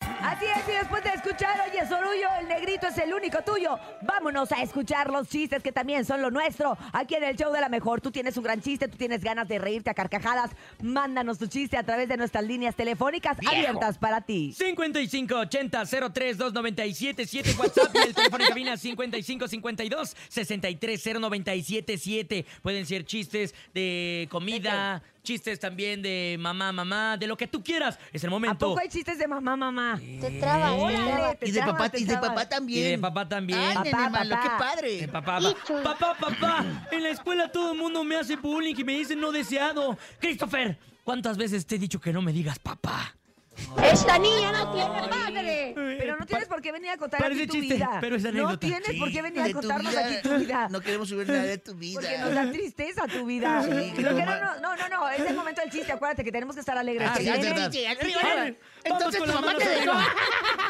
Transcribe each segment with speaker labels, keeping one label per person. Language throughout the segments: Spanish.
Speaker 1: Así es, y después de escuchar Oye Sorullo, el negrito es el único tuyo. Vámonos a escuchar los chistes que también son lo nuestro. Aquí en el show de la mejor, tú tienes un gran chiste, tú tienes ganas de reírte a carcajadas. Mándanos tu chiste a través de nuestras líneas telefónicas
Speaker 2: Viejo.
Speaker 1: abiertas para ti.
Speaker 2: 5580-032977 WhatsApp y el teléfono en cabina 5552-630977. Pueden ser chistes de comida, chistes también de mamá, mamá, de lo que tú quieras. Es el
Speaker 1: ¿A
Speaker 2: momento. Eh,
Speaker 1: poco hay chistes de mamá, mamá?
Speaker 3: Te
Speaker 4: ¿eh?
Speaker 3: trabas, te trabas.
Speaker 1: Órale. Te
Speaker 5: Y de
Speaker 1: trabas,
Speaker 5: papá,
Speaker 1: te
Speaker 5: y de
Speaker 1: trabas.
Speaker 5: papá
Speaker 2: Y
Speaker 5: también.
Speaker 2: de papá también.
Speaker 5: Ay, nene
Speaker 1: Papá,
Speaker 5: malo, qué
Speaker 1: papá.
Speaker 5: padre.
Speaker 2: Eh, papá, papá.
Speaker 3: Hijo.
Speaker 2: papá, papá, en la escuela todo el mundo me hace bullying y me dice no deseado. Christopher, ¿cuántas veces te he dicho que no me digas papá?
Speaker 3: Esta niña no tiene padre.
Speaker 1: Pero no tienes por qué venir a contar
Speaker 2: Parece
Speaker 1: aquí tu
Speaker 2: chiste,
Speaker 1: vida.
Speaker 2: pero es
Speaker 1: no
Speaker 2: anécdota.
Speaker 1: tienes
Speaker 5: Sí,
Speaker 1: por qué venir a
Speaker 5: de tu
Speaker 1: contarnos
Speaker 5: vida.
Speaker 1: aquí tu vida.
Speaker 5: No queremos subir nada de tu
Speaker 1: Porque nos
Speaker 5: vida.
Speaker 1: da tristeza tu vida.
Speaker 5: Sí,
Speaker 1: Pero que no,
Speaker 5: mamá.
Speaker 1: no, no, no, no, es el momento del chiste. Acuérdate que tenemos que estar alegres.
Speaker 2: Ah,
Speaker 1: Que
Speaker 2: sí, es
Speaker 1: viene-
Speaker 5: verdad.
Speaker 2: Vamos
Speaker 5: Entonces tu
Speaker 2: con las
Speaker 5: mamá
Speaker 2: manos
Speaker 5: te dejó.
Speaker 2: arriba.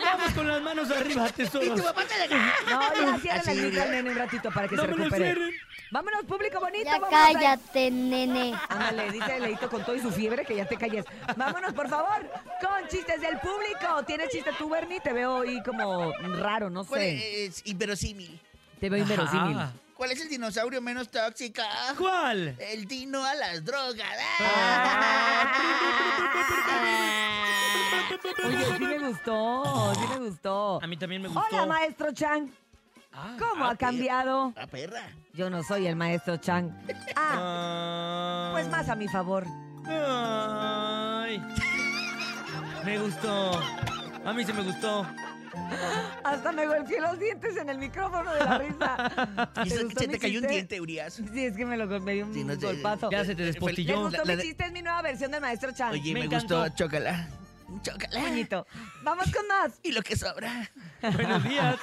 Speaker 2: Vamos con las manos arriba,
Speaker 5: Y tu
Speaker 2: tesoros.
Speaker 5: papá te dejó.
Speaker 1: No, ya cierra la
Speaker 5: Así,
Speaker 1: grita
Speaker 5: ya.
Speaker 1: nene un ratito para que
Speaker 2: Ah, No
Speaker 1: se
Speaker 2: me lo
Speaker 1: recupere.
Speaker 2: cierren.
Speaker 1: Vámonos, público bonito.
Speaker 3: Ya
Speaker 1: vámonos a-
Speaker 3: cállate, nene.
Speaker 1: Ándale, dice Leito con todo y su fiebre que ya te calles. Vámonos, por favor, con chistes del público. ¿Tienes chiste tú, Bernie? Te veo ahí como raro, no
Speaker 5: ¿Cuál
Speaker 1: sé.
Speaker 5: es inverosímil?
Speaker 1: Te veo inverosímil.
Speaker 2: Pues, eh, Ajá.
Speaker 5: ¿Cuál es el dinosaurio menos tóxico?
Speaker 2: ¿Cuál?
Speaker 5: El dino a las drogas.
Speaker 1: Ah. Oye, sí me gustó, sí me gustó.
Speaker 2: A mí también me gustó.
Speaker 1: Hola, maestro Chang.
Speaker 2: Ah,
Speaker 1: ¿Cómo
Speaker 5: ah,
Speaker 1: ha cambiado?
Speaker 5: La perra.
Speaker 1: Yo no soy el maestro Chang. Ah,
Speaker 2: ah.
Speaker 1: pues más a mi favor.
Speaker 2: Ay. Me gustó. A mí se me gustó.
Speaker 1: Hasta me golpeé los dientes en el micrófono de la risa.
Speaker 2: Ah.
Speaker 5: Y
Speaker 1: ¿Te
Speaker 5: se,
Speaker 1: gustó
Speaker 5: se
Speaker 1: mi
Speaker 5: te cayó un
Speaker 1: chiste?
Speaker 5: diente, Urias.
Speaker 1: Sí, es que me lo gol- me dio un
Speaker 5: Sí, no sé.
Speaker 1: golpazo.
Speaker 2: Ya se te
Speaker 1: ¿Les
Speaker 2: despostilló.
Speaker 1: gustó
Speaker 5: la-
Speaker 1: mi
Speaker 5: la-
Speaker 1: chiste? Es mi nueva versión del maestro Chan.
Speaker 5: Oye,
Speaker 2: Me
Speaker 5: me,
Speaker 2: encantó.
Speaker 5: gustó. Chócala. Chócala.
Speaker 1: Puñito. Vamos con más.
Speaker 5: Y lo que sobra.
Speaker 2: Buenos días.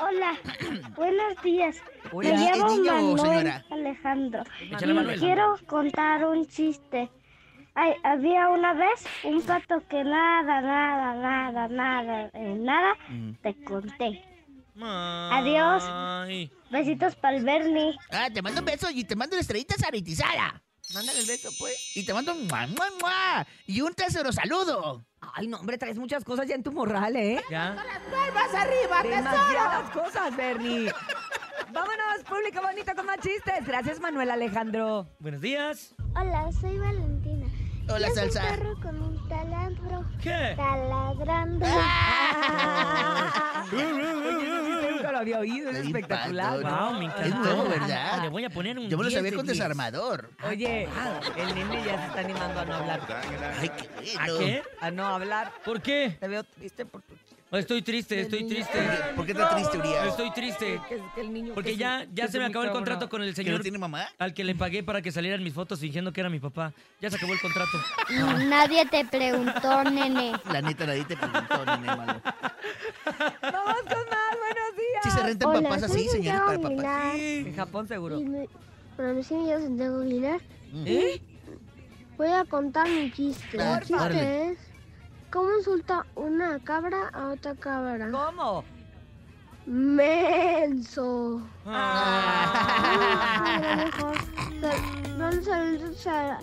Speaker 4: Hola, buenos días.
Speaker 1: Hola.
Speaker 4: Me
Speaker 5: ¿Es
Speaker 4: llamo
Speaker 5: niño o
Speaker 4: Manuel
Speaker 5: señora?
Speaker 4: Alejandro.
Speaker 2: Échale,
Speaker 4: y
Speaker 2: Manuel.
Speaker 4: quiero contar un chiste. Ay, había una vez un pato que nada, nada, nada, nada, eh, nada te conté. Adiós.
Speaker 2: Ay.
Speaker 4: Besitos para el Bernie.
Speaker 5: Ah, te mando un beso y te mando una estrellita sanitizada. Mándale el beso, pues. Y te mando un mua, mua, mua. Y un tesoro saludo.
Speaker 1: Ay, no, hombre, traes muchas cosas ya en tu morral, ¿eh?
Speaker 2: ¿Ya?
Speaker 1: Demasiadas cosas, Bernie. Vámonos, público bonito, con más chistes. Gracias, Manuel Alejandro.
Speaker 2: Buenos días.
Speaker 4: Hola, soy Valentina.
Speaker 5: Hola, salsa.
Speaker 4: con un taladro.
Speaker 2: ¿Qué?
Speaker 4: Taladrando.
Speaker 1: Ah. Oye, ese chiste nunca lo había oído, es
Speaker 5: Qué
Speaker 1: espectacular.
Speaker 5: impacto,
Speaker 2: Wow,
Speaker 5: ¿no?
Speaker 2: me
Speaker 5: Es
Speaker 2: encantó.
Speaker 5: nuevo, ¿verdad?
Speaker 2: Le voy a poner un
Speaker 5: Yo me lo
Speaker 2: 10
Speaker 5: sabía
Speaker 2: de
Speaker 5: con
Speaker 2: 10.
Speaker 5: desarmador.
Speaker 1: Oye, el nene ya se está animando a no hablar.
Speaker 5: Ay, qué bueno.
Speaker 2: ¿A qué?
Speaker 1: A no hablar.
Speaker 2: ¿Por qué?
Speaker 1: Te veo triste por tu chiste.
Speaker 2: Estoy triste, estoy triste.
Speaker 5: ¿Por qué está triste, Urias?
Speaker 2: Estoy triste.
Speaker 1: Que, es- que el niño... que
Speaker 2: Porque
Speaker 1: es
Speaker 2: ya,
Speaker 1: un- que
Speaker 2: ya
Speaker 1: es
Speaker 2: se
Speaker 1: un
Speaker 2: me acabó el
Speaker 1: micrófono.
Speaker 2: contrato con el
Speaker 5: ¿Que no
Speaker 2: señor
Speaker 5: tiene mamá?
Speaker 2: al que le pagué para que salieran mis fotos fingiendo que era mi papá. Ya se acabó el contrato.
Speaker 3: Y nadie te preguntó, nene.
Speaker 5: La neta, nadie te preguntó, nene malo.
Speaker 1: Vamos con más, buenos días.
Speaker 5: Si se rentan papás así, señores, para papás.
Speaker 1: En Japón seguro.
Speaker 4: Para mí sí me llamo Santiago Aguilar.
Speaker 1: ¿Eh?
Speaker 4: Voy a contar mi chiste.
Speaker 5: Ah,
Speaker 4: Mi chiste
Speaker 5: órale.
Speaker 4: es cómo insulta una cabra a otra cabra.
Speaker 1: ¿Cómo?
Speaker 4: Menso.
Speaker 2: Ah.
Speaker 4: Ah, mejor. Sal- No le saludes a-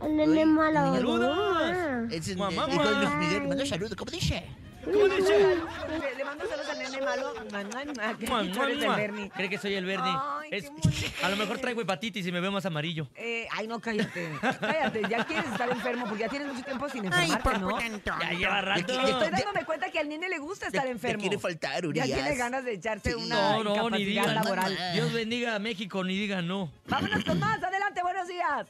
Speaker 4: al
Speaker 5: Uy,
Speaker 4: nene malo.
Speaker 2: saludos.
Speaker 4: Ah.
Speaker 5: Ese es
Speaker 2: Mamá,
Speaker 5: hijo de Luis
Speaker 4: mamá.
Speaker 5: Miguel. Le mando saludo. ¿Cómo dice?
Speaker 2: ¿Cómo le dicen?
Speaker 1: Le, le mando saludos al nene malo. Mua, mua, mua, que
Speaker 2: Mua,
Speaker 1: tú
Speaker 2: mua,
Speaker 1: eres el
Speaker 2: mua.
Speaker 1: Bernie.
Speaker 2: Cree que soy el Verdi.
Speaker 1: Ay, qué
Speaker 2: Es-
Speaker 1: bonito.
Speaker 2: a lo mejor traigo hepatitis y me veo más amarillo.
Speaker 1: Eh, ay, no, cállate. Cállate, ya quieres estar enfermo porque ya tienes mucho tiempo sin enfermarte, ¿no?
Speaker 2: Ya lleva rato.
Speaker 5: Ya- ya-
Speaker 1: Estoy dándome cuenta que al nene le gusta estar
Speaker 5: te- te
Speaker 1: enfermo.
Speaker 5: quiere faltar,
Speaker 1: Ya
Speaker 5: Urias.
Speaker 1: tiene ganas de echarse
Speaker 5: Sí.
Speaker 1: una
Speaker 2: No, no, ni
Speaker 1: incapacidad
Speaker 2: diga.
Speaker 1: laboral.
Speaker 5: no.
Speaker 2: Dios bendiga a México, ni diga no.
Speaker 1: Vámonos con más, adelante, buenos días.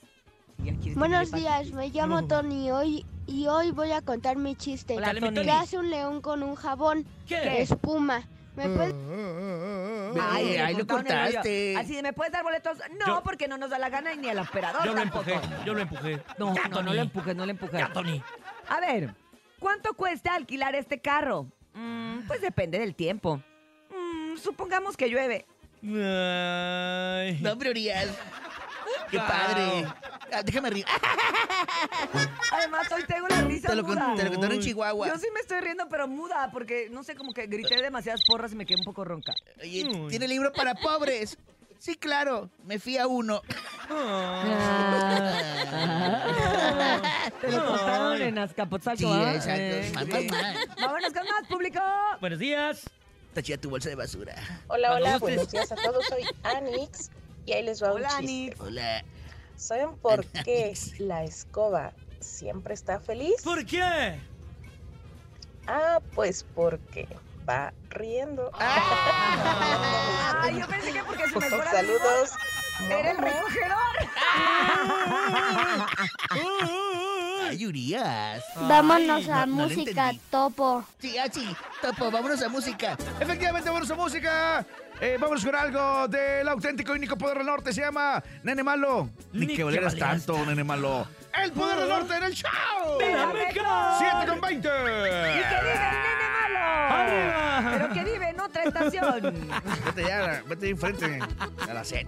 Speaker 1: Ya quieres
Speaker 4: Buenos
Speaker 1: tener
Speaker 4: días, me llamo
Speaker 2: No.
Speaker 4: Tony hoy, y hoy voy a contar mi chiste.
Speaker 1: Hola,
Speaker 2: Dale, mi
Speaker 1: Tony.
Speaker 4: ¿Qué hace un león con un jabón?
Speaker 2: ¿Qué?
Speaker 4: Espuma. ¿Me
Speaker 5: Mm.
Speaker 4: puedes
Speaker 1: hepatitis.
Speaker 5: Ay,
Speaker 1: le
Speaker 5: ahí lo
Speaker 1: cortaron el rollo.
Speaker 5: cortaste.
Speaker 1: Así de, ¿me puedes dar boletos? No,
Speaker 2: Yo-
Speaker 1: porque no nos da la gana y ni el operador
Speaker 2: Yo lo
Speaker 1: tampoco.
Speaker 2: empujé, yo lo empujé.
Speaker 1: No,
Speaker 2: Ya,
Speaker 1: no, no
Speaker 2: Tony.
Speaker 1: le empujes, no le empujes.
Speaker 2: Ya, Tony.
Speaker 1: A ver, ¿cuánto cuesta alquilar este carro? Mm, pues depende del tiempo. Mm, supongamos que llueve.
Speaker 2: Ay.
Speaker 5: No, hombre, Urias. Qué
Speaker 2: Wow.
Speaker 5: padre. Ah, déjame rir.
Speaker 1: Además, hoy tengo la risa
Speaker 5: te, lo con-
Speaker 1: muda.
Speaker 5: te lo contaron en
Speaker 1: Yo
Speaker 5: Chihuahua.
Speaker 1: sí me estoy riendo, pero muda,
Speaker 6: Mm.
Speaker 1: porque no sé, como que grité demasiadas porras y me quedé un poco ronca.
Speaker 5: Oye,
Speaker 2: Uy.
Speaker 5: tiene libro para pobres. Sí, claro, me fía uno.
Speaker 1: Te lo contaron en Azcapotzalco,
Speaker 5: Sí,
Speaker 1: ¿ah? Eh,
Speaker 5: exacto. Mua, mua, mua.
Speaker 1: Vámonos con más, público.
Speaker 2: Buenos días.
Speaker 5: Está chida tu bolsa de basura.
Speaker 1: Ah,
Speaker 7: Hola,
Speaker 2: Cuando
Speaker 7: hola,
Speaker 2: gustes.
Speaker 7: buenos días a todos. Soy Anix y ahí les va
Speaker 1: Hola,
Speaker 7: un chiste.
Speaker 1: Anix.
Speaker 5: Hola.
Speaker 7: ¿Saben por qué
Speaker 5: Anix.
Speaker 7: la escoba siempre está feliz?
Speaker 2: ¿Por qué?
Speaker 7: Ah, pues porque va riendo.
Speaker 1: Ah. Ay, yo pensé que porque su mejor amigo
Speaker 7: Saludos.
Speaker 1: era el recogedor.
Speaker 5: Ay, Urias.
Speaker 3: Vámonos
Speaker 5: Ay,
Speaker 3: a
Speaker 5: no- no le
Speaker 3: música
Speaker 5: entendí.
Speaker 3: topo.
Speaker 5: Sí, ah, sí. Topo, vámonos a música.
Speaker 6: Efectivamente, vamos a música. Eh, vamos con algo del auténtico y único poder del norte. Se llama Nene Malo. Ni,
Speaker 2: Ni
Speaker 6: que valieras
Speaker 2: que valieras
Speaker 6: tanto, Nene Malo. El poder del norte en el show. ¡Siete con 20!
Speaker 1: Y que vive el nene malo.
Speaker 2: ¡Arriba!
Speaker 1: Pero que vive en otra estación.
Speaker 6: Vete ya, vete enfrente a la Z.